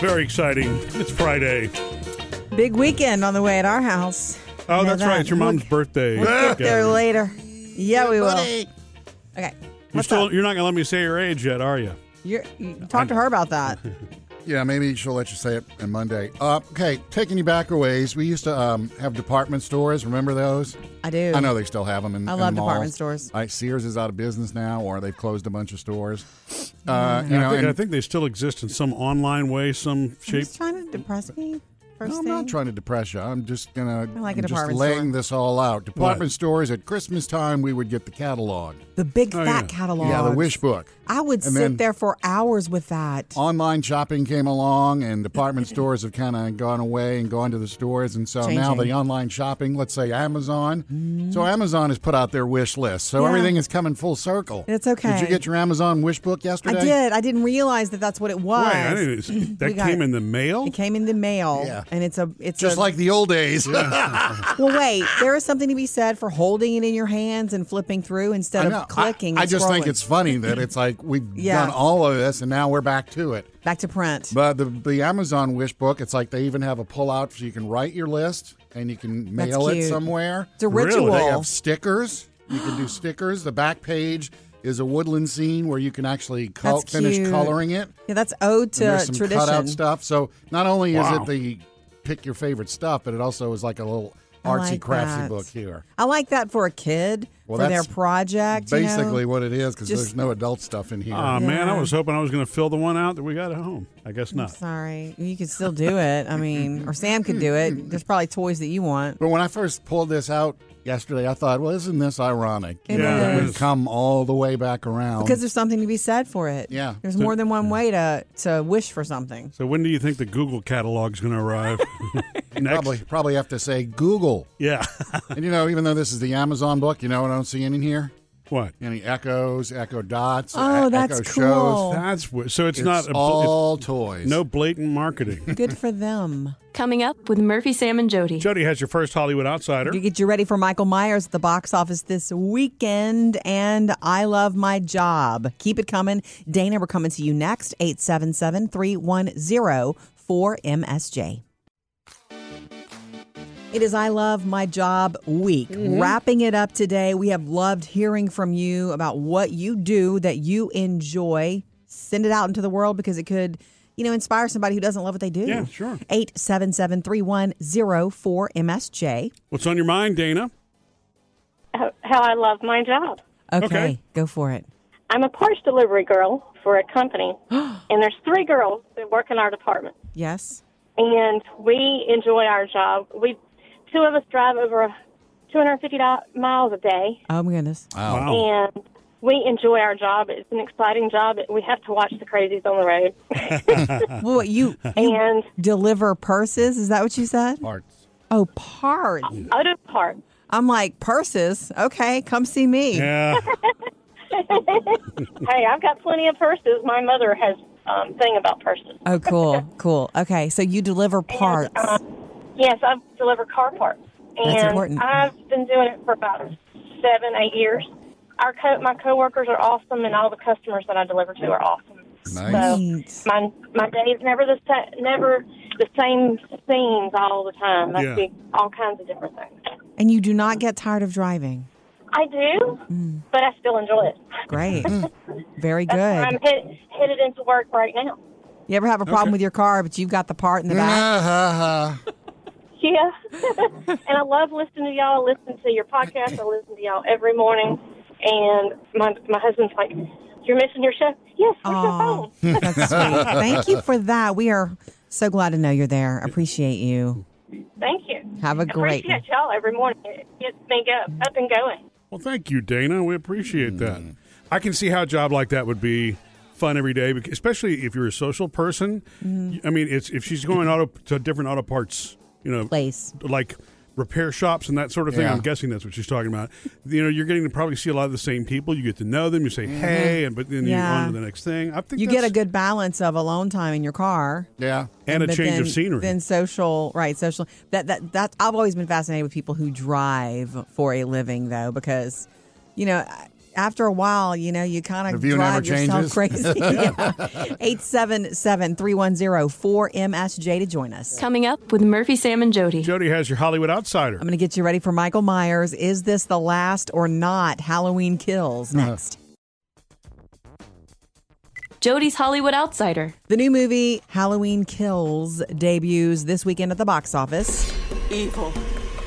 Very exciting. It's Friday. Big weekend on the way at our house. Oh, Know that's that. right. It's your mom's We'll- birthday. We'll get there gathering. later. Yeah, we will. Okay. You're What's still. up? You're not gonna let me say your age yet, are you? You're, you talk to her about that. Yeah, maybe she'll let you say it on Monday. Uh, okay, taking you back a ways. We used to um, have department stores. Remember those? I do. I know they still have them in. I in love the department malls. stores. Like Sears is out of business now, or they've closed a bunch of stores. Mm, Uh, you I know, think, and I think they still exist in some online way, some shape. She's trying to depress me. First No, I'm thing. not trying to depress you. I'm just gonna I like a I'm just department laying store. this all out. Department What? stores at Christmas time, we would get the catalog. the big Oh, yeah. fat catalog. Yeah, the wish book. I would And sit then- there for hours with that. Online shopping came along, and department stores have kind of gone away and gone to the stores, and so now Changing. Mm-hmm. the online shopping. Let's say Amazon. So Amazon has put out their wish list. So Yeah. everything is coming full circle. It's Did okay. you get your Amazon wish book I yesterday? did. I didn't realize that that's what it was. Wait, I didn't, We that got came it. in the mail. It came in the mail, Yeah. and it's a it's Just a- like the old days. Well, wait. There is something to be said for holding it in your hands and flipping through I instead know. of clicking. I, I and just think scrolling. it's funny that it's like we've Yeah. done all of this, and now we're back to it. back to print. But the the Amazon wish book, it's like they even have a pullout so you can write your list and you can That's mail it cute. somewhere. It's a Really? ritual. They have stickers. You can do stickers. The back page is a woodland scene where you can actually col- That's finish cute. coloring it. yeah, that's ode and to there's some tradition. cutout stuff. So not only is Wow. it the pick your favorite stuff, but it also is like a little I artsy like craftsy that. book here. I like that for a kid Well, for their that's project. you know? Basically, what it is because just- there's no adult stuff in here. Ah, man, I Yeah. was hoping I was gonna fill the one out that we got at home. I guess not. Sorry, you could still do it. I mean, or Sam could do it. There's probably toys that you want. But when I first pulled this out yesterday, I thought, well, isn't this ironic? You It know, that is. we've come all the way back around. Because there's something to be said for it. Yeah. There's more than one way to to wish for something. So when do you think the Google catalog's gonna arrive? Next. probably probably have to say Google. Yeah. And you know, even though this is the Amazon book, you know what I don't see any here? what? Any echoes, echo dots, Oh, e- that's echo cool. shows. That's what. So it's, It's not a, bl- all toys. it's no blatant marketing. Good for them. Coming up with Murphy, Sam, and Jody. Jody has your first Hollywood outsider. You get you ready for Michael Myers at the box office this weekend, and I love my job. Keep it coming. Dana, we're coming to you next, 877 310 4MSJ. It is I Love My Job Week. Mm-hmm. Wrapping it up today, we have loved hearing from you about what you do that you enjoy. Send it out into the world because it could, you know, inspire somebody who doesn't love what they do. Yeah, sure. 877 310 What's on your mind, Dana? how how I love my job. Okay, Okay. go for it. I'm a parts delivery girl for a company, and there's three girls that work in our department, Yes. and we enjoy our job. We two of us drive over 250 di- miles a day, Oh my goodness. Wow. and we enjoy our job. It's an exciting job. We have to watch the crazies on the road, Well, what, you, you and deliver purses? Is that what you said? Parts. Oh, parts. auto parts. I'm like purses. Okay, come see me. Yeah. Hey, I've got plenty of purses. My mother has um, thing about purses. Oh, cool, cool. Okay, so you deliver parts. Yes, I deliver car parts, and important. I've been doing it for about seven, eight years. Our co- my coworkers are awesome, and all the customers that I deliver to are awesome. Nice. Neat. So uh, my my day is never the sa- never the same scenes all the time. I Yeah. see all kinds of different things. And you do not get tired of driving. I do, Mm. but I still enjoy it. Great. Very That's why good. I'm head, headed into work right now. You ever have a problem with your car, but you've got the part in the back? Yeah, and I love listening to y'all. I listen to your podcast. I listen to y'all every morning. And my my husband's like, "You're missing your show." Yes, where's your Aw, phone? that's sweet. Thank you for that. We are so glad to know you're there. Appreciate you. Thank you. Have a great Appreciate y'all every morning. It gets me go, up and going. Well, thank you, Dana. We appreciate that. I can see how a job like that would be fun every day, bec- especially if you're a social person. Mm-hmm. Y- I mean, it's if she's going auto to different auto parts, you know, place. like repair shops and that sort of thing. Yeah. I'm guessing that's what she's talking about. You know, you're getting to probably see a lot of the same people. You get to know them. You say hey, and but then Mm-hmm. Yeah. you're on to the next thing. I think You get a that's- good balance of alone time in your car. Yeah. and a but change then- of scenery. Then social, right? Social. That that that. I've always been fascinated with people who drive for a living, though, because you know I- after a while, you know, you kind The of view never drive yourself changes. crazy. 877 310 4MSJ to join us. Coming up with Murphy, Sam, and Jody. Jody has your Hollywood outsider. I'm going to get you ready for Michael Myers. Is this the last or not? Halloween kills Uh-huh. next. Jody's Hollywood Outsider. The new movie Halloween Kills debuts this weekend at the box office. Evil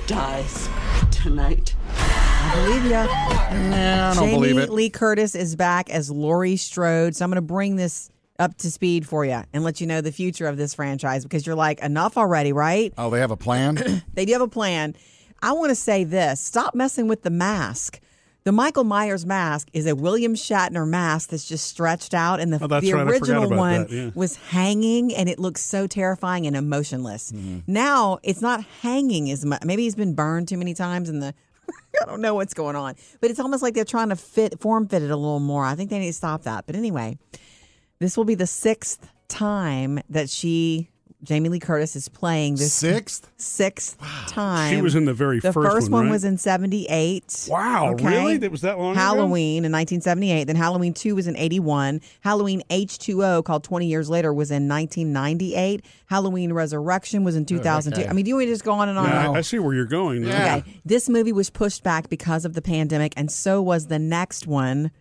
dies tonight. I believe ya. Nah, I don't Jamie believe it. Lee Curtis is back as Laurie Strode. So I'm going to bring this up to speed for you and let you know the future of this franchise because you're like, enough already, right? oh, they have a plan? They do have a plan. I want to say this stop messing with the mask. The Michael Myers mask is a William Shatner mask that's just stretched out, and the, Oh, that's the right. I forgot original about one that, yeah. was hanging, and it looks so terrifying and emotionless. Mm-hmm. Now it's not hanging as much. Maybe he's been burned too many times, and the I don't know what's going on. But it's almost like they're trying to fit form fit it a little more. I think they need to stop that. But anyway, this will be the sixth time that she. Jamie Lee Curtis is playing this Sixth? sixth time. She was in the very the first first, one, one. right? was in 78. Wow, really? That was that long ago? Halloween in 1978. Then Halloween 2 was in 81. Halloween H2O, called 20 Years Later, was in 1998. Halloween Resurrection was in 2002. okay. I mean, do you want me to just go on and on? Yeah, I, I see where you're going. Yeah. Okay. This movie was pushed back because of the pandemic, and so was the next one,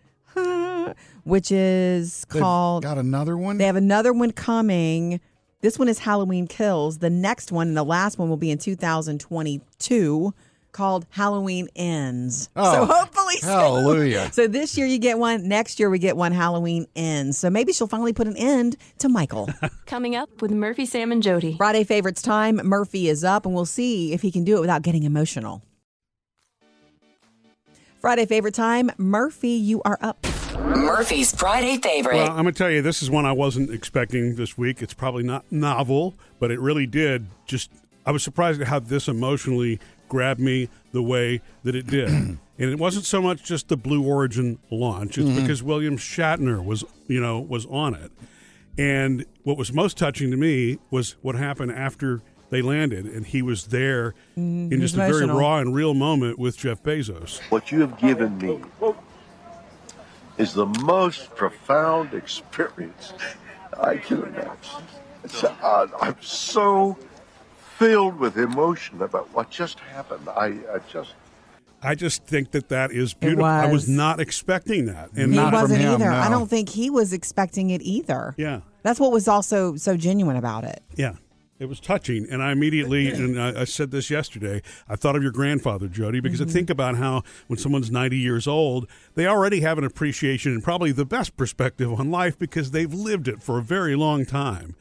which is They've called. Got another Oh. one? They have another one coming. This one is Halloween Kills. The next one and the last one will be in 2022 called Halloween Ends. Oh, so hopefully soon. Hallelujah. So this year you get one, next year we get one Halloween Ends. So maybe she'll finally put an end to Michael. Coming up with Murphy, Sam, and Jody. Friday favorites time, Murphy is up and we'll see if he can do it without getting emotional. Friday favorite time, Murphy, you are up. Murphy's Friday favorite. Well, I'm going to tell you, this is one I wasn't expecting this week. It's probably not novel, but it really did. Just, I was surprised at how this emotionally grabbed me the way that it did. and it wasn't so much just the Blue Origin launch, it's because William Shatner was, you know, was on it. And what was most touching to me was what happened after they landed, and he was there in just a very Mm-hmm. emotional. raw and real moment with Jeff Bezos. What you have given me is the most profound experience I can imagine. It's- I- I'm so filled with emotion about what just happened. I, I just. I just think that that is beautiful. I was was. not expecting that, and He not from wasn't him, either. I no. don't think he was expecting it either. Yeah. That's what was also so genuine about it. Yeah. It was touching. And I immediately, and I, I said this yesterday, I thought of your grandfather, Jody, because Mm-hmm. I think about how when someone's 90 years old, they already have an appreciation and probably the best perspective on life because they've lived it for a very long time.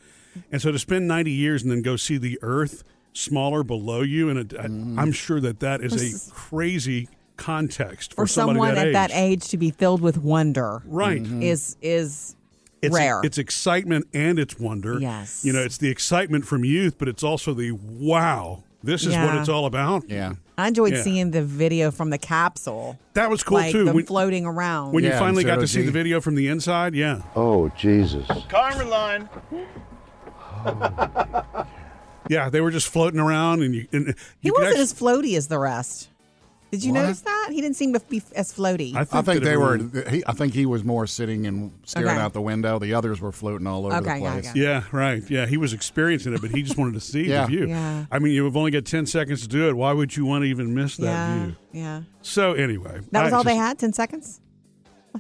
And so to spend 90 years and then go see the earth smaller below you, and it, Mm. I, I'm sure that that is a crazy context for, For somebody someone at that age Mm-hmm. to be filled with wonder Right. is is it's, rare. It's excitement and it's wonder. Yes. You know, it's the excitement from youth, but it's also the wow, this is what Yeah. it's all about. yeah. I enjoyed Yeah. seeing the video from the capsule. That was cool like too. them When, floating around. when you Yeah, finally got zero to see G. the video from the inside, yeah. Oh, Jesus. Yeah, they were just floating around and you and you he could wasn't actu- as floaty as the rest. Did you What? notice that? He didn't seem to be f- as floaty. I think, I think that they were. everyone- He, I think he was more sitting and staring Okay. out the window. The others were floating all over the Okay, got it, place. got it. Yeah, right. Yeah, he was experiencing it, but he just wanted to see Yeah. the view. Yeah. I mean, you've only got 10 seconds to do it. Why would you want to even miss that yeah, view? yeah. So, anyway. That was I all they just- had. Ten seconds.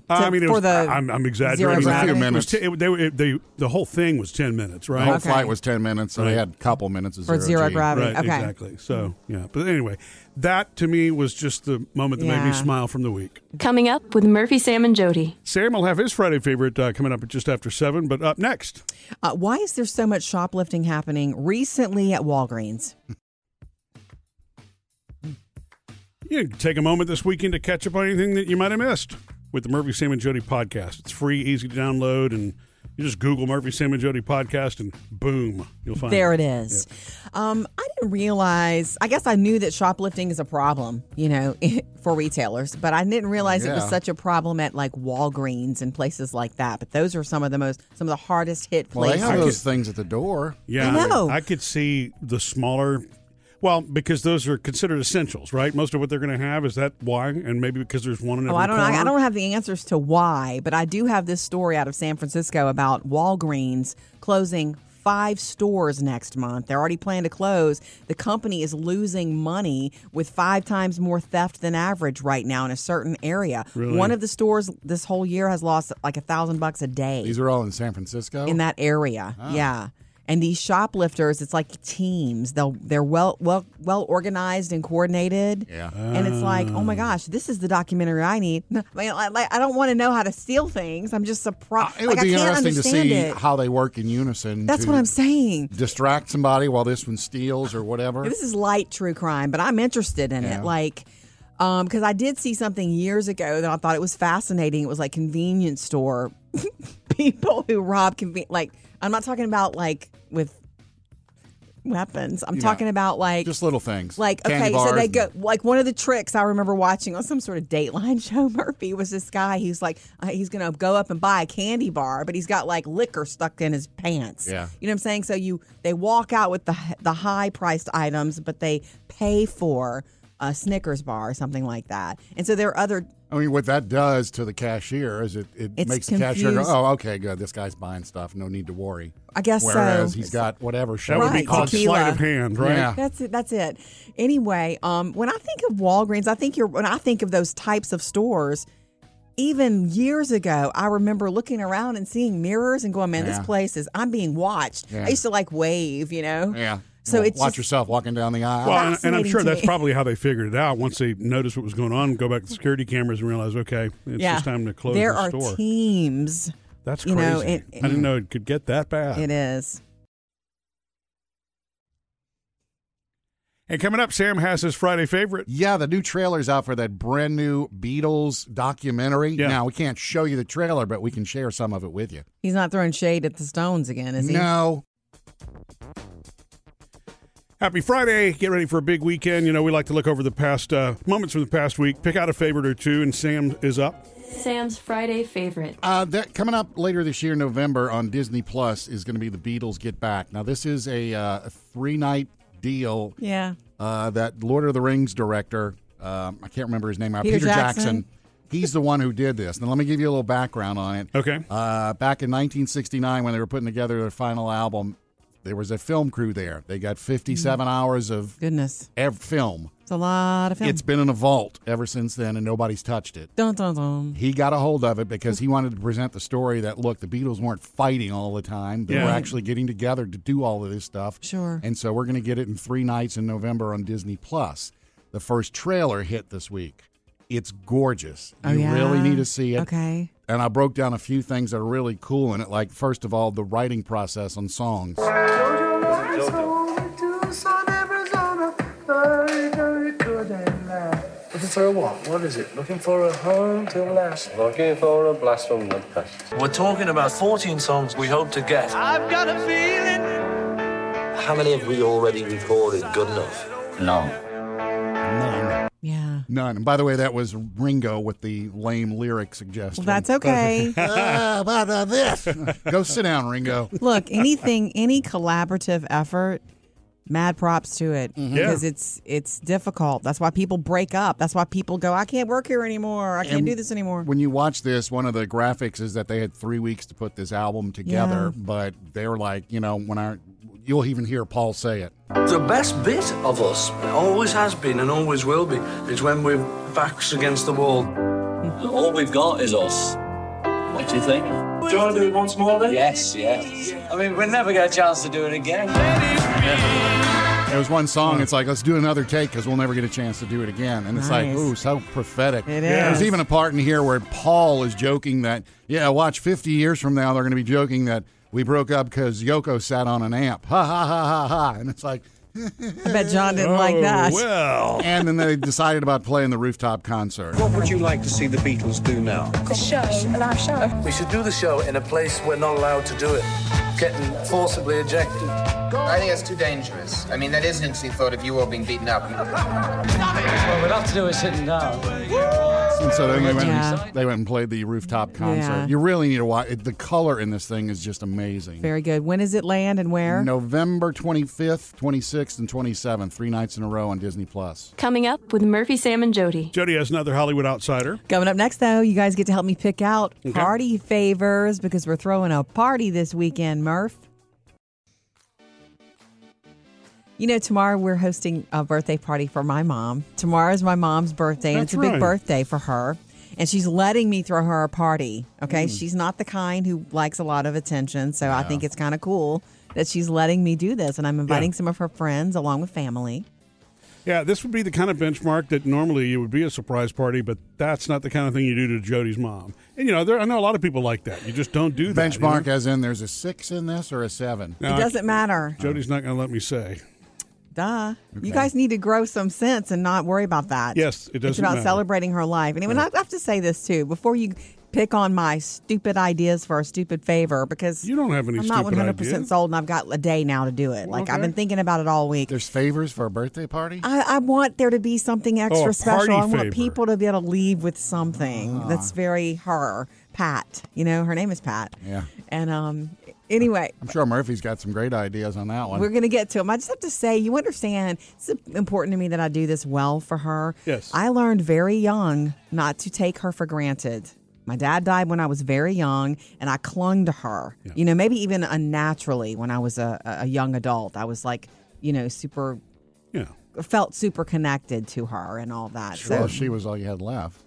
I To- mean, it for was, the I'm, I'm zero exaggerating. gravity? It was a few It was minutes. t- it- they were- it- they- the whole thing was 10 minutes, The whole right? Okay. flight was ten minutes, so they Right. had a couple minutes of For zero, zero G. gravity. Right, Okay. exactly. So, yeah. But anyway, that to me was just the moment that made me Yeah. smile from the week. Coming up with Murphy, Sam, and Jody. Sam will have his Friday favorite uh, coming up at just after seven. But up next, Uh, why is there so much shoplifting happening recently at Walgreens? you can take a moment this weekend to catch up on anything that you might have missed with the Murphy Sam and Jody podcast. It's free, easy to download, and you just Google Murphy Sam and Jody podcast, and boom, you'll find There it is. Um, I didn't realize. I guess I knew that shoplifting is a problem, you know, for retailers, but I didn't realize it was Yeah. such a problem at like Walgreens and places like that. But those are some of the most, some of the hardest hit Well, they places. have those things at the door. Yeah, I know. I could see the smaller. Well, because those are considered essentials, right? Most of what they're going to have is that why, and maybe because there's one in every Oh, I don't. corner. I, I don't have the answers to why, but I do have this story out of San Francisco about Walgreens closing five stores next month. They're already planning to close. The company is losing money with five times more theft than average right now in a certain area. One of the stores this whole year has lost like a thousand bucks a day These are all in San Francisco. in that area. Ah. Yeah. And these shoplifters, it's like teams. They'll they're well well well organized and coordinated. Yeah. Ah. And it's like, oh my gosh, this is the documentary I need. No, I, mean, like, I don't want to know how to steal things. I'm just surprised. Uh, it would like, be I can't interesting to understand see it. how they work in unison. That's to what I'm saying. Distract somebody while this one steals or whatever. This is light true crime, but I'm interested in it. Like, um, because I did see something years ago that I thought it was fascinating. It was like convenience store people who rob conven Like, I'm not talking about like with weapons. I'm talking about like Just little things. like okay, Candy so bars they and- go like one of the tricks I remember watching on some sort of Dateline show. Murphy was this guy. He's like uh, he's gonna go up and buy a candy bar, but he's got like liquor stuck in his pants. Yeah. you know what I'm saying. So you they walk out with the the high priced items, but they pay for a Snickers bar or something like that. And so there are other I mean, what that does to the cashier is it, it It's makes the cashier go, confused. oh, okay, good. This guy's buying stuff. No need to worry. I guess so. Whereas he's got whatever. that would be Right, called tequila. sleight of hand, right? Yeah. That's it. That's it. Anyway, um, when I think of Walgreens, I think you're when I think of those types of stores. Even years ago, I remember looking around and seeing mirrors and going, "Man, Yeah. this place is I'm being watched." Yeah. I used to like wave, you know. Yeah. So Well, it's watch just- yourself walking down the aisle. Well, and, and I'm Fascinating sure to that's me. probably how they figured it out. Once they noticed what was going on, go back to security cameras and realize, okay, it's yeah. just time to close There the are store. teams. that's you crazy. know, it- I didn't know it could get that bad. It is. And coming up, Sam has his Friday favorite. Yeah, the new trailer's out for that brand new Beatles documentary. Yeah. Now, we can't show you the trailer, but we can share some of it with you. He's not throwing shade at the Stones again, is he? No. Happy Friday. Get ready for a big weekend. You know, we like to look over the past uh, moments from the past week, pick out a favorite or two, and Sam is up. Sam's Friday favorite. Uh, that coming up later this year, November on Disney Plus is going to be the Beatles Get Back. Now, this is a, uh, a three night deal Yeah. uh, that Lord of the Rings director, um, I can't remember his name, uh, Peter Jackson. Jackson. He's the one who did this. Now, let me give you a little background on it. Okay. Uh, back in 1969, when they were putting together their final album, there was a film crew there. They got 57 hours of Goodness, ev- film. it's a lot of Mm. film. It's been in a vault ever since then, and nobody's touched it. dun dun dun. He got a hold of it because he wanted to present the story that look, the Beatles weren't fighting all the time; they were Yeah. actually getting together to do all of this stuff. Sure. And so we're going to get it in three nights in November on Disney Plus. The first trailer hit this week. It's gorgeous. Oh, you yeah? really need to see it Okay. and I broke down a few things that are really cool in it. Like, first of all, the writing process on songs. Looking for a what? What is it? Looking for a home to last. Looking for a blast from the past. We're talking about 14 songs we hope to get. I've got a feeling. How many have we already recorded good enough? None. None. Yeah. None. And by the way, that was Ringo with the lame lyric suggestion. Well, that's okay. Ah, about uh, this. Go sit down, Ringo. Look, anything, any collaborative effort, mad props to it because it's it's difficult. That's why people break up. That's why people go, I can't work here anymore. I can't And do this anymore. When you watch this, one of the graphics is that they had three weeks to put this album together, but they were like, you know, when I, you'll even hear Paul say it. The best bit of us, always has been and always will be, is when we're backs against the wall. All we've got is us. What do you think? Do you want to do it once more then? Yes, yes. I mean, we'll never get a chance to do it again. There was one song, it's like, let's do another take because we'll never get a chance to do it again. And it's like, Nice. ooh, so prophetic. It Yeah. is. There's even a part in here where Paul is joking that, yeah, watch 50 years from now, they're going to be joking that we broke up because Yoko sat on an amp. Ha ha ha ha ha. And it's like, I bet John didn't like that. Oh, Well, and then they decided about playing the rooftop concert. What would you like to see the Beatles do now? The show, a live show. We should do the show in a place we're not allowed to do it. Getting forcibly ejected. I think that's too dangerous. I mean, that is an interesting thought of you all being beaten up. Well, we'll have to do it sitting down. Some and so then they went, Yeah. they went and played the rooftop concert. Yeah. You really need to watch. it- The color in this thing is just amazing. Very good. When is it land and where? November 25th, 26th, and 27th, three nights in a row on Disney Plus. Coming up with Murphy, Sam, and Jody. Jody has another Hollywood outsider. Coming up next, though, you guys get to help me pick out party favors because we're throwing a party this weekend, Murph. You know, tomorrow we're hosting a birthday party for my mom. Tomorrow is my mom's birthday, and That's it's a right. big birthday for her. And she's letting me throw her a party. Hmm. Okay. She's not the kind who likes a lot of attention. So I think it's kind of cool that she's letting me do this. And I'm inviting some of her friends along with family. Yeah, this would be the kind of benchmark that normally it would be a surprise party, but that's not the kind of thing you do to Jody's mom. And you know, there I know a lot of people like that. You just don't do that. Benchmark, as in there's a six in this or a seven? No, it doesn't matter. Jody's not going to let me say. Duh. You guys need to grow some sense and not worry about that. Yes, it It's doesn't about matter. celebrating her life. And even I have to say this too before you pick on my stupid ideas for a stupid favor because you don't have any I'm not stupid 100% ideas. sold and I've got a day now to do it. like I've okay. been thinking about it all week. There's favors for a birthday party? I, I want there to be something Oh, extra a special. I party want favor. people to be able to leave with something Ah. that's very her, Pat. You know, her name is Pat. Yeah. And um anyway, I'm sure Murphy's got some great ideas on that one. We're going to get to him. I just have to say, you understand, it's important to me that I do this well for her. Yes. I learned very young not to take her for granted. My dad died when I was very young, and I clung to her. You know, maybe even unnaturally when I was a, a young adult. I was like, you know, super, yeah, felt super connected to her and all that. Sure, So she was all you had left.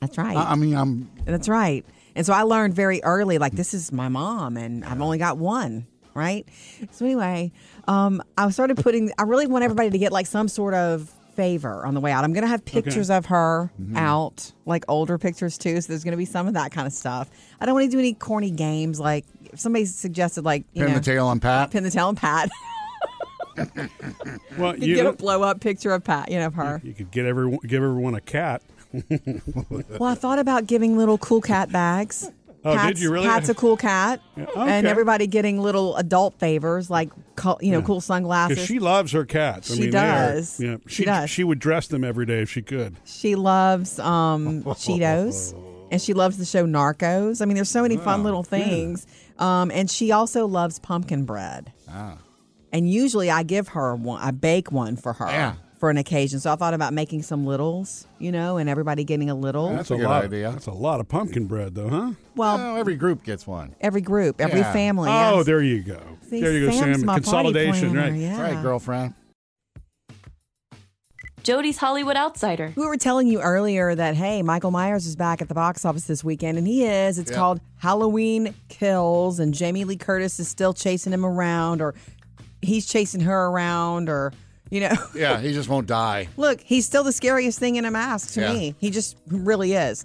that's right. I, I mean, I'm That's right. And so I learned very early, like this is my mom, and I've only got one, right? So anyway, um, I started putting. I really want everybody to get like some sort of favor on the way out. I'm gonna have pictures of her Mm-hmm. out, like older pictures too. So there's gonna be some of that kind of stuff. I don't want to do any corny games. Like if somebody suggested, like you pin know, the tail on Pat. pin the tail on Pat. Well, you you get a know- blow up picture of Pat, you know, of her. You could get everyone give everyone a cat. Well, I thought about giving little cool cat bags. Oh, did Pat's- you really? Pat's a cool cat, Yeah, and okay. everybody getting little adult favors like co- you know Yeah. cool Because sunglasses. she loves her cats. I She mean, they are- does. yeah, She she, does. She would dress them every day if she could. She loves um, Oh. Cheetos, and she loves the show Narcos. I mean, there's so many fun Wow. little Yeah. things, um, and she also loves pumpkin bread. Ah. And usually, I give her one. I bake one for her Yeah. for an occasion. So I thought about making some littles, you know, and everybody getting a little. That's a good lot idea. That's a lot of pumpkin bread, though, huh? Well- No, every group gets one. Every group, every Yeah. family. Oh, yes. there you go. See, there you go, Sam's Sam. my party Consolidation, planner, right? yeah. That's right, girlfriend. Jody's Hollywood Outsider. We were telling you earlier that hey, Michael Myers is back at the box office this weekend, and he is. It's Yeah. called Halloween Kills, and Jamie Lee Curtis is still chasing him around, or he's chasing her around, or you know. Yeah, he just won't die. Look, he's still the scariest thing in a mask to Yeah. me. He just really is.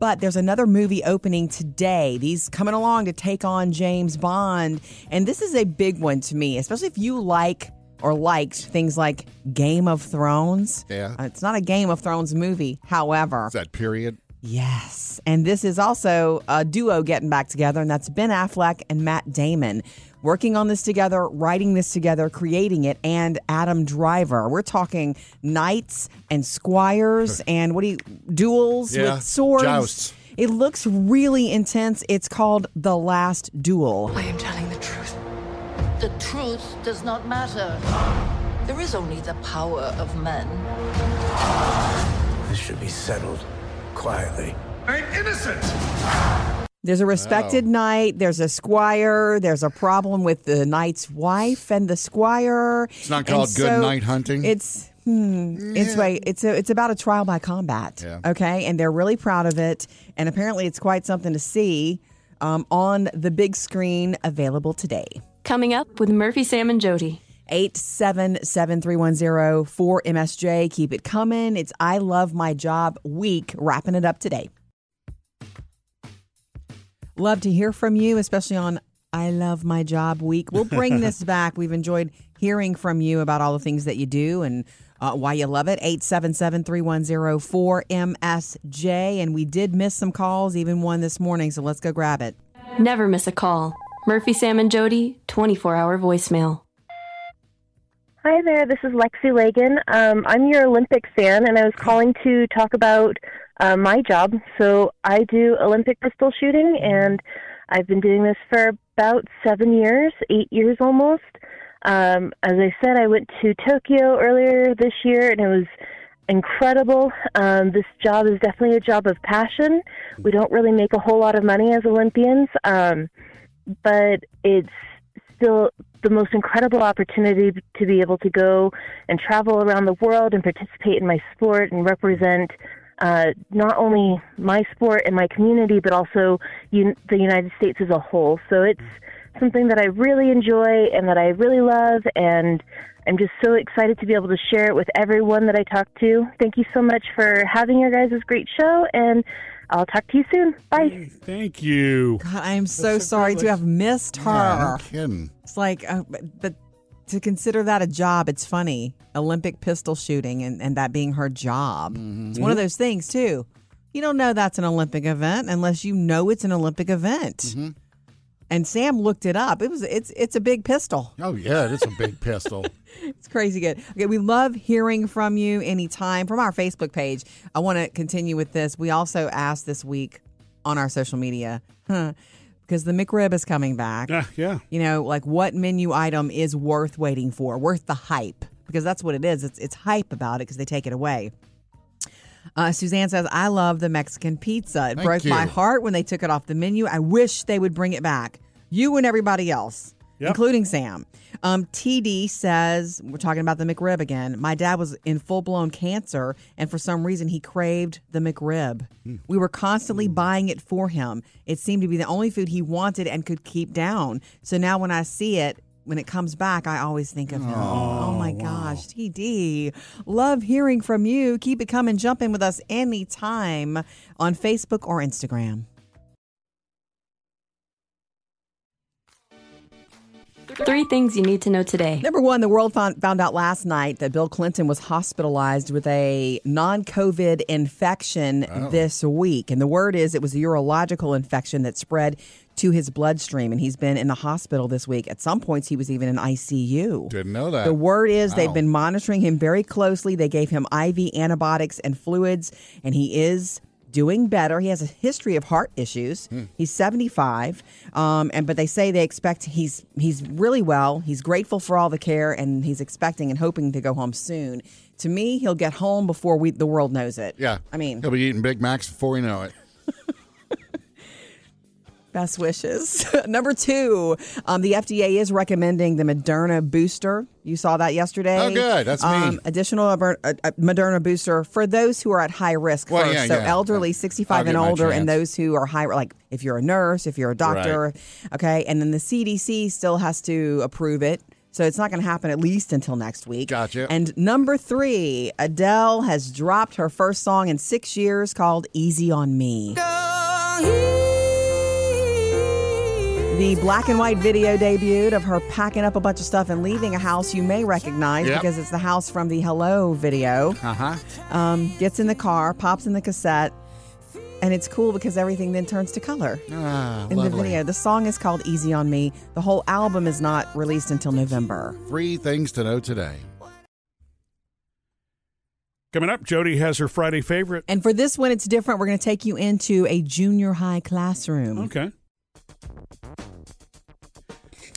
But there's another movie opening today. He's coming along to take on James Bond. And this is a big one to me, especially if you like or liked things like Game of Thrones. Yeah. Uh, It's not a Game of Thrones movie, however. It's that period. Yes. And this is also a duo getting back together, and that's Ben Affleck and Matt Damon working on this together, writing this together, creating it, and Adam Driver. We're talking knights and squires and what do you, duels Yeah, with swords. jousts. It looks really intense. It's called The Last Duel. I am telling the truth. The truth does not matter. There is only the power of men. This should be settled quietly. I'm innocent! There's a respected knight, there's a squire, there's a problem with the knight's wife and the squire. It's not And called good knight hunting? It's hmm, it's wait, it's a, it's about a trial by combat. Yeah. Okay, and they're really proud of it and apparently it's quite something to see um, on the big screen available today. Coming up with Murphy, Sam, and Jody. 877-310-4MSJ. Keep it coming. It's I Love My Job week, wrapping it up today. Love to hear from you, especially on I Love My Job week. We'll bring this back. We've enjoyed hearing from you about all the things that you do and uh, why you love it. 877-310-4MSJ. And we did miss some calls, even one this morning, so let's go grab it. Never miss a call. Murphy, Sam, and Jody, 24 hour voicemail. Hi there, this is Lexi Lagan. Um, I'm your Olympic fan, and I was calling to talk about uh, my job. So I do Olympic pistol shooting, and I've been doing this for about seven years, eight years almost. Um, as I said, I went to Tokyo earlier this year, and it was incredible. Um, this job is definitely a job of passion. We don't really make a whole lot of money as Olympians, um, but it's still the most incredible opportunity to be able to go and travel around the world and participate in my sport and represent uh, not only my sport and my community, but also un- the United States as a whole. So it's something that I really enjoy and that I really love, and I'm just so excited to be able to share it with everyone that I talk to. Thank you so much for having your guys' great show, and I'll talk to you soon. Bye. Thank you. God, I am so, sorry to have missed her. Yeah, no kidding. It's like, uh, but, but to consider that a job, it's funny. Olympic pistol shooting and, and that being her job. It's one of those things, too. You don't know that's an Olympic event unless you know it's an Olympic event. And Sam looked it up. It was it's it's a big pistol. Oh yeah, it's a big pistol. It's crazy good. Okay, we love hearing from you anytime from our Facebook page. I want to continue with this. We also asked this week on our social media huh, because the McRib is coming back. Yeah, Ah, yeah. You know, like what menu item is worth waiting for, worth the hype? Because that's what it is. It's it's hype about it because they take it away. Uh, Suzanne says, "I love the Mexican pizza. It Thank broke you. my heart when they took it off the menu. I wish they would bring it back. You and everybody else." Yep. Including Sam. Um, TD says, we're talking about the McRib again. My dad was in full blown cancer, and for some reason, he craved the McRib. We were constantly buying it for him. It seemed to be the only food he wanted and could keep down. So now when I see it, when it comes back, I always think of him. Oh, my gosh, TD. Love hearing from you. Keep it coming. Jump in with us anytime on Facebook or Instagram. Three things you need to know today. Number one, the world found, found out last night that Bill Clinton was hospitalized with a non COVID infection this week. And the word is it was a urological infection that spread to his bloodstream. And he's been in the hospital this week. At some points, he was even in ICU. Didn't know that. The word is Wow. they've been monitoring him very closely. They gave him IV antibiotics and fluids, and he is doing better. He has a history of heart issues. Hmm. He's 75, um, and but they say they expect he's he's really well. He's grateful for all the care, and he's expecting and hoping to go home soon. To me, he'll get home before we the world knows it. Yeah. I mean, He'll be eating Big Macs before you know it. Best wishes. Number two, um, the FDA is recommending the Moderna booster. You saw that yesterday. Um, Oh, good. That's me. Additional Aber- uh, uh, Moderna booster for those who are at high risk Well, first. yeah, so yeah. elderly, 65 and get my older, and chance. those who are high, like if you're a nurse, if you're a doctor. Okay. And then the CDC still has to approve it. So it's not going to happen at least until next week. Gotcha. And number three, Adele has dropped her first song in six years called Easy on Me. The black and white video debuted of her packing up a bunch of stuff and leaving a house you may recognize Yep. because it's the house from the Hello video. Uh huh. Um, gets in the car, pops in the cassette, and it's cool because everything then turns to color Ah, in lovely. the video. The song is called Easy on Me. The whole album is not released until November. Three things to know today. Coming up, Jody has her Friday favorite. And for this one, it's different. We're going to take you into a junior high classroom. Okay.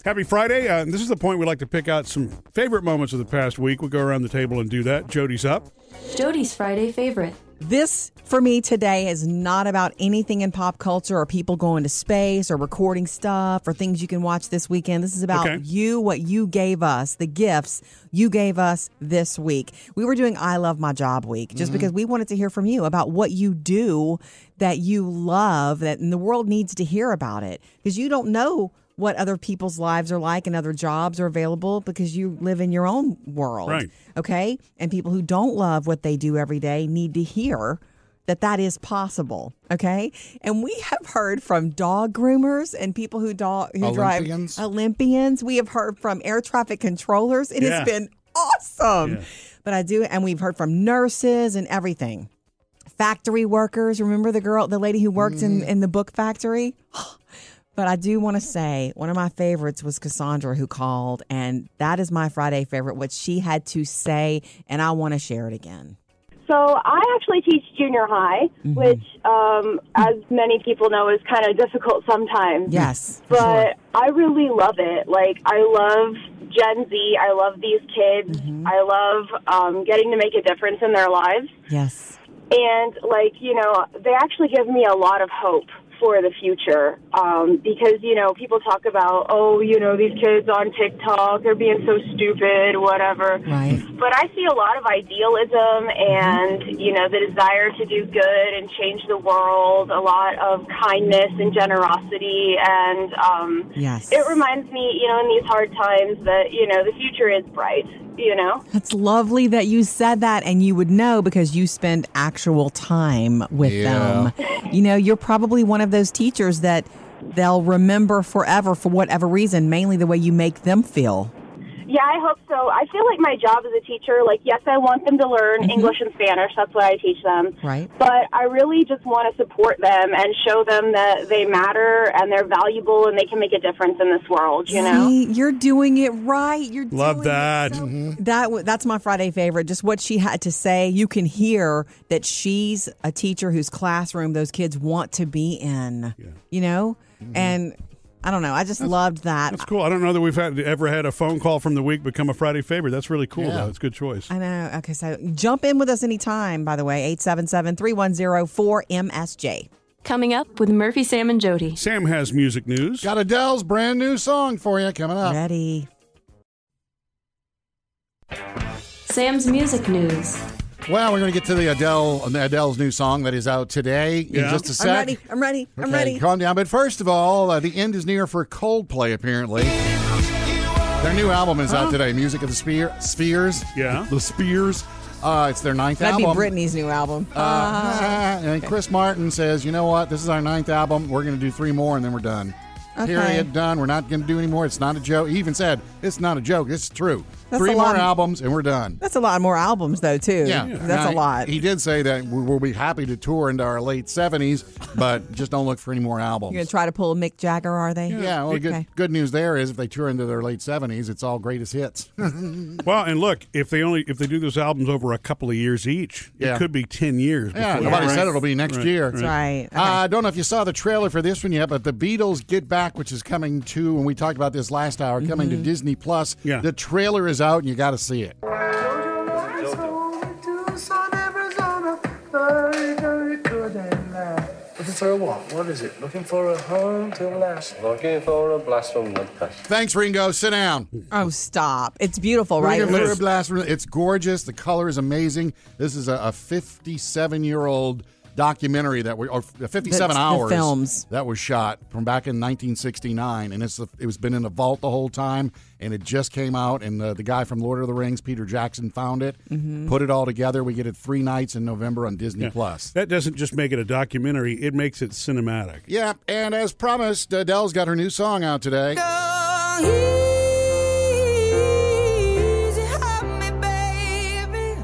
Happy Friday. Uh, this is the point we like to pick out some favorite moments of the past week. We go around the table and do that. Jody's up. Jody's Friday favorite. This for me today is not about anything in pop culture or people going to space or recording stuff or things you can watch this weekend. This is about Okay. you, what you gave us, the gifts you gave us this week. We were doing I Love My Job Week just Mhm. because we wanted to hear from you about what you do that you love that and the world needs to hear about it because you don't know what other people's lives are like and other jobs are available because you live in your own world Right. okay? And people who don't love what they do every day need to hear that that is possible, okay? And we have heard from dog groomers and people who dog who Olympians? drive Olympians. We have heard from air traffic controllers. It Yeah. has been awesome. But I do and we've heard from nurses and everything. Factory workers, remember the girl, the lady who worked in, in the book factory? But I do want to say one of my favorites was Cassandra who called, and that is my Friday favorite, what she had to say, and I want to share it again. So I actually teach junior high, which, um, as many people know, is kind of difficult sometimes. Yes, but I really love it. Like I love Gen Z. I love these kids. I love um, getting to make a difference in their lives. Yes. And like you know, they actually give me a lot of hope for the future um, because you know people talk about oh you know these kids on TikTok they're being so stupid whatever. Right. But I see a lot of idealism Mm-hmm. and you know the desire to do good and change the world. A lot of kindness and generosity and um, Yes. it reminds me you know in these hard times that you know the future is bright. You know. That's lovely that you said that, and you would know because you spend actual time with Yeah. them. You know, you're probably one of those teachers that they'll remember forever for whatever reason, mainly the way you make them feel. Yeah, I hope so. I feel like my job as a teacher, like, yes, I want them to learn English and Spanish. That's what I teach them. Mm-hmm. Right. But I really just want to support them and show them that they matter and they're valuable and they can make a difference in this world, you know? See, you're doing it right. You're Love that. Mhm. That w- that's my Friday favorite. Just what she had to say. You can hear that she's a teacher whose classroom those kids want to be in. You know, and I don't know. I just loved that. Mm-hmm. That's cool. I don't know that we've had ever had a phone call from the week become a Friday favorite. That's really cool. Yeah. though. It's a good choice. I know. Okay, so jump in with us anytime. By the way, 877-310-4MSJ. Coming up with Murphy, Sam, and Jody. Sam has music news. Got Adele's brand new song for you coming up. Ready. Sam's music news. Well, we're going to get to the Adele Adele's new song that is out today in just a sec. I'm ready. I'm ready. I'm Okay, ready. Calm down. But first of all, uh, the end is near for Coldplay, apparently. Their new album is out today, Music of the Spear, Spheres. Yeah. The Spears. Uh, it's their ninth That'd be album. Britney's new album. Uh, and Chris Martin says, you know what? This is our ninth album. We're going to do three more and then we're done. Okay. Period. Done. We're not going to do any more. It's not a joke. He even said, it's not a joke. It's true. That's three a more lot. albums and we're done. That's a lot more albums though, too. Yeah, that's a Now, lot. He did say that we will be happy to tour into our late seventies, but just don't look for any more albums. You're gonna try to pull a Mick Jagger, are they? yeah, well, good, good news there is if they tour into their late seventies, it's all greatest hits. well, and look, if they only if they do those albums over a couple of years each, Yeah. it could be ten years. Yeah, before- nobody Right. said it'll be next Right. year. Right. Uh, I don't know if you saw the trailer for this one yet, but the Beatles Get Back, which is coming to, and we talked about this last hour, coming to Disney Plus. Yeah. The trailer is out, and you got to see it. Looking for a what? What is it? Looking for a home to last. Looking for a blast from the past. Thanks, Ringo. Sit down. Oh, stop! It's beautiful, right? Ring of Fire Blast from- It's gorgeous. The color is amazing. This is a, a 57 year old documentary that we or 57 The- the hours films. that was shot from back in 1969 and it's the, it was been in a vault the whole time and it just came out and the, the guy from Lord of the Rings Peter Jackson found it Mm-hmm. Mhm. put it all together we get it 3 nights in November on Disney Yeah. Plus That doesn't just make it a documentary; it makes it cinematic. Yeah, and as promised, Adele's got her new song out today.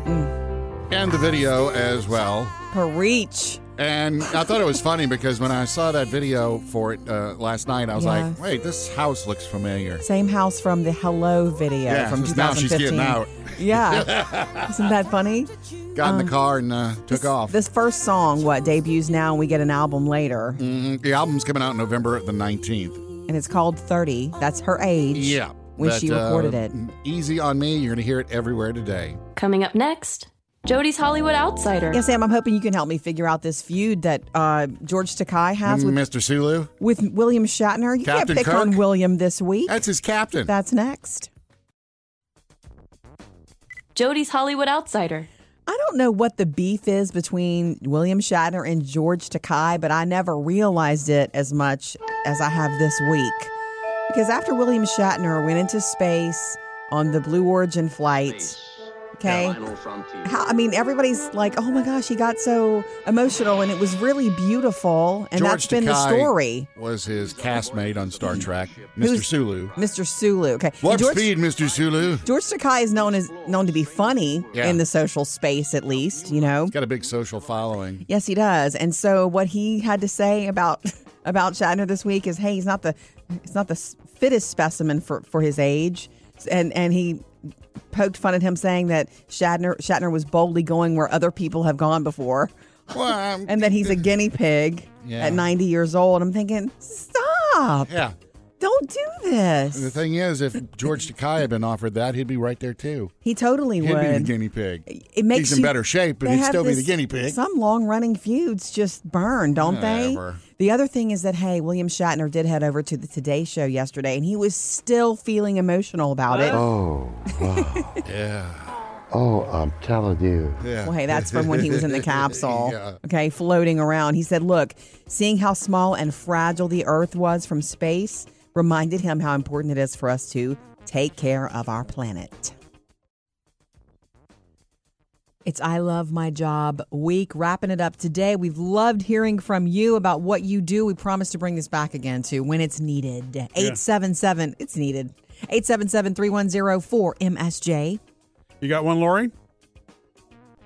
Mm, And the video as well. Preach. And I thought it was funny because when I saw that video for it uh, last night, I was Yeah. like, wait, this house looks familiar. Same house from the Hello video Yeah, from just now she's 2015. getting out. Yeah, isn't that funny? Got in Um, the car and uh, took off. This first song, what debuts now, and we get an album later, Mhm. The album's coming out November the 19th. and it's called Thirty. That's her age. Yeah. when but, she uh, recorded it. Easy on me. You're going to hear it everywhere today. Coming up next, Jody's Hollywood Outsider. Yeah, Sam, I'm hoping you can help me figure out this feud that uh, George Takai has with Mr. Sulu. with William Shatner. You Mm. Captain can't pick on Kirk? William this week. That's his captain. That's next. Jody's Hollywood Outsider. I don't know what the beef is between William Shatner and George Takai, but I never realized it as much as I have this week. Because after William Shatner went into space on the Blue Origin flight, okay, how, I mean, everybody's like, oh my gosh, he got so emotional and it was really beautiful. And George that's been the Takei story. Was his castmate on Star Trek, Mr. Who's- Sulu. Mr. Sulu. Okay. And Warp George- speed, Mr. Sulu. George Takai is known as known to be funny Yeah. in the social space, at least you know. He's got a big social following. Yes, he does. And so, what he had to say about about Shatner this week is, hey, he's not the he's not the s- fittest specimen for for his age, and and he poked fun at him saying that Shatner Shatner was boldly going where other people have gone before. and that he's a guinea pig Yeah. at 90 years old. I'm thinking, stop. Yeah. Don't do this. And the thing is, if George Takai had been offered that, he'd be right there too. He totally He'd would. be the guinea pig. it makes He's in you- better shape, but they he'd have still be the this- guinea pig. Some long running feuds just burn, don't Whatever. they? The other thing is that hey, William Shatner did head over to the Today Show yesterday, and he was still feeling emotional about it. Oh, wow. yeah. Oh, I'm telling you. Well, hey, that's from when he was in the capsule, okay, floating around. He said, Look, seeing how small and fragile the Earth was from space reminded him how important it is for us to take care of our planet. It's I Love My Job week, wrapping it up today. We've loved hearing from you about what you do. We promise to bring this back again to when it's needed. 877, it's needed. 877 310 4MSJ. You got one, Lori?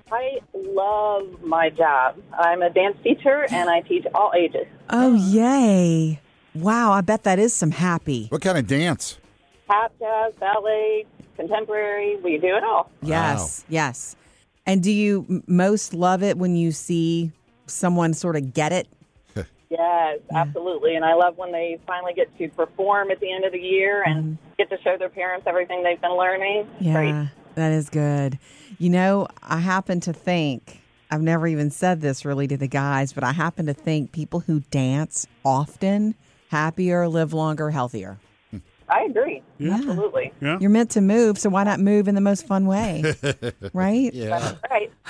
I love my job. I'm a dance teacher and I teach all ages. Oh, yay. Wow, I bet that is some happy. What kind of dance? Tap, jazz, ballet, contemporary, we do it all. Yes, yes. And do you m- most love it when you see someone sort of get it? Yes, absolutely. And I love when they finally get to perform at the end of the year and get to show their parents everything they've been learning. Yeah, Great. that is good. You know, I happen to think, I've never even said this really to the guys, but I happen to think people who dance often happier, live longer, healthier. I agree. Absolutely. You're meant to move, so why not move in the most fun way? Right? Yeah. Right.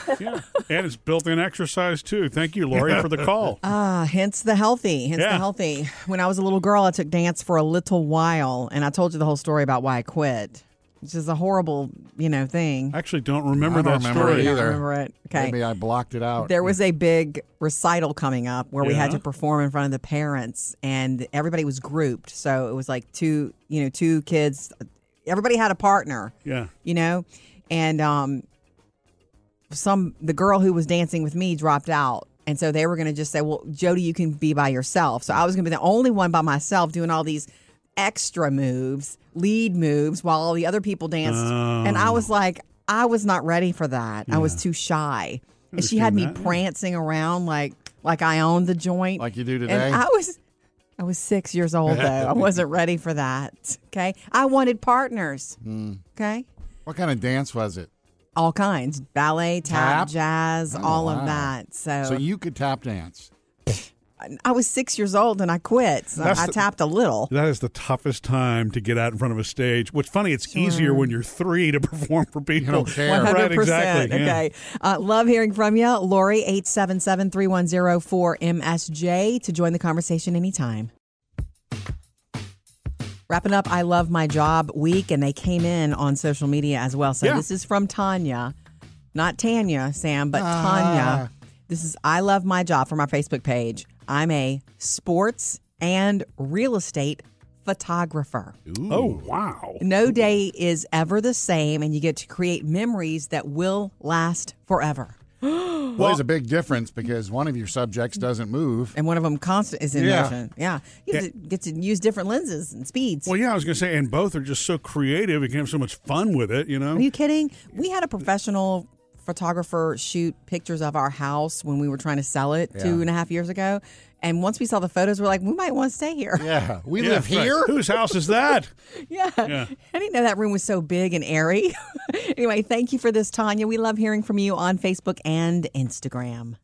And it's built in exercise, too. Thank you, Lori, for the call. Uh, Ah, hence the healthy. Hence Yeah. the healthy. When I was a little girl, I took dance for a little while, and I told you the whole story about why I quit, which is a horrible, you know, thing. I actually don't remember I don't that remember story. it either. remember it. Okay. Maybe I blocked it out. There was a big recital coming up where we had Yeah. to perform in front of the parents, and everybody was grouped. So it was like two, you know, two kids. Everybody had a partner Yeah. you know and um some the girl who was dancing with me dropped out and so they were going to just say well jody you can be by yourself so i was going to be the only one by myself doing all these extra moves lead moves while all the other people danced and i Oh. was like i was not ready for that i was too shy and she had me Understand that, yeah. prancing around like like i owned the joint Like you do today. and i was i was six years old though i wasn't ready for that okay i wanted partners Hmm. okay What kind of dance was it? all kinds ballet tap, Tap? jazz Oh, all wow. of that so, So you could tap dance. i was six years old and i quit so That's i the- tapped a little That is the toughest time to get out in front of a stage. What's funny, it's easier when you're three to perform for people. don't care. Right, 100%. exactly. yeah. Okay. Uh, love hearing from you. Lori, 877 310 4MSJ to join the conversation anytime. Wrapping up, I love my job week, and they came in on social media as well. So Yeah. this is from Tanya, not Tanya, Sam, but Ah. Tanya. This is I love my job from our Facebook page. I'm a sports and real estate photographer. Oh, wow. No day is ever the same, and you get to create memories that will last forever. Well, there's a big difference because one of your subjects doesn't move. And one of them constant is in yeah. motion. Yeah. You get to, get to use different lenses and speeds. Well, yeah, I was going to say, and both are just so creative. You can have so much fun with it, you know? Are you kidding? We had a professional photographer shoot pictures of our house when we were trying to sell it Yeah. two and a half years ago. And once we saw the photos, we're like, we might want to stay here. Yeah. We Yeah, live right. here. Whose house is that? Yeah. Yeah. I didn't know that room was so big and airy. anyway, thank you for this, Tanya. We love hearing from you on Facebook and Instagram.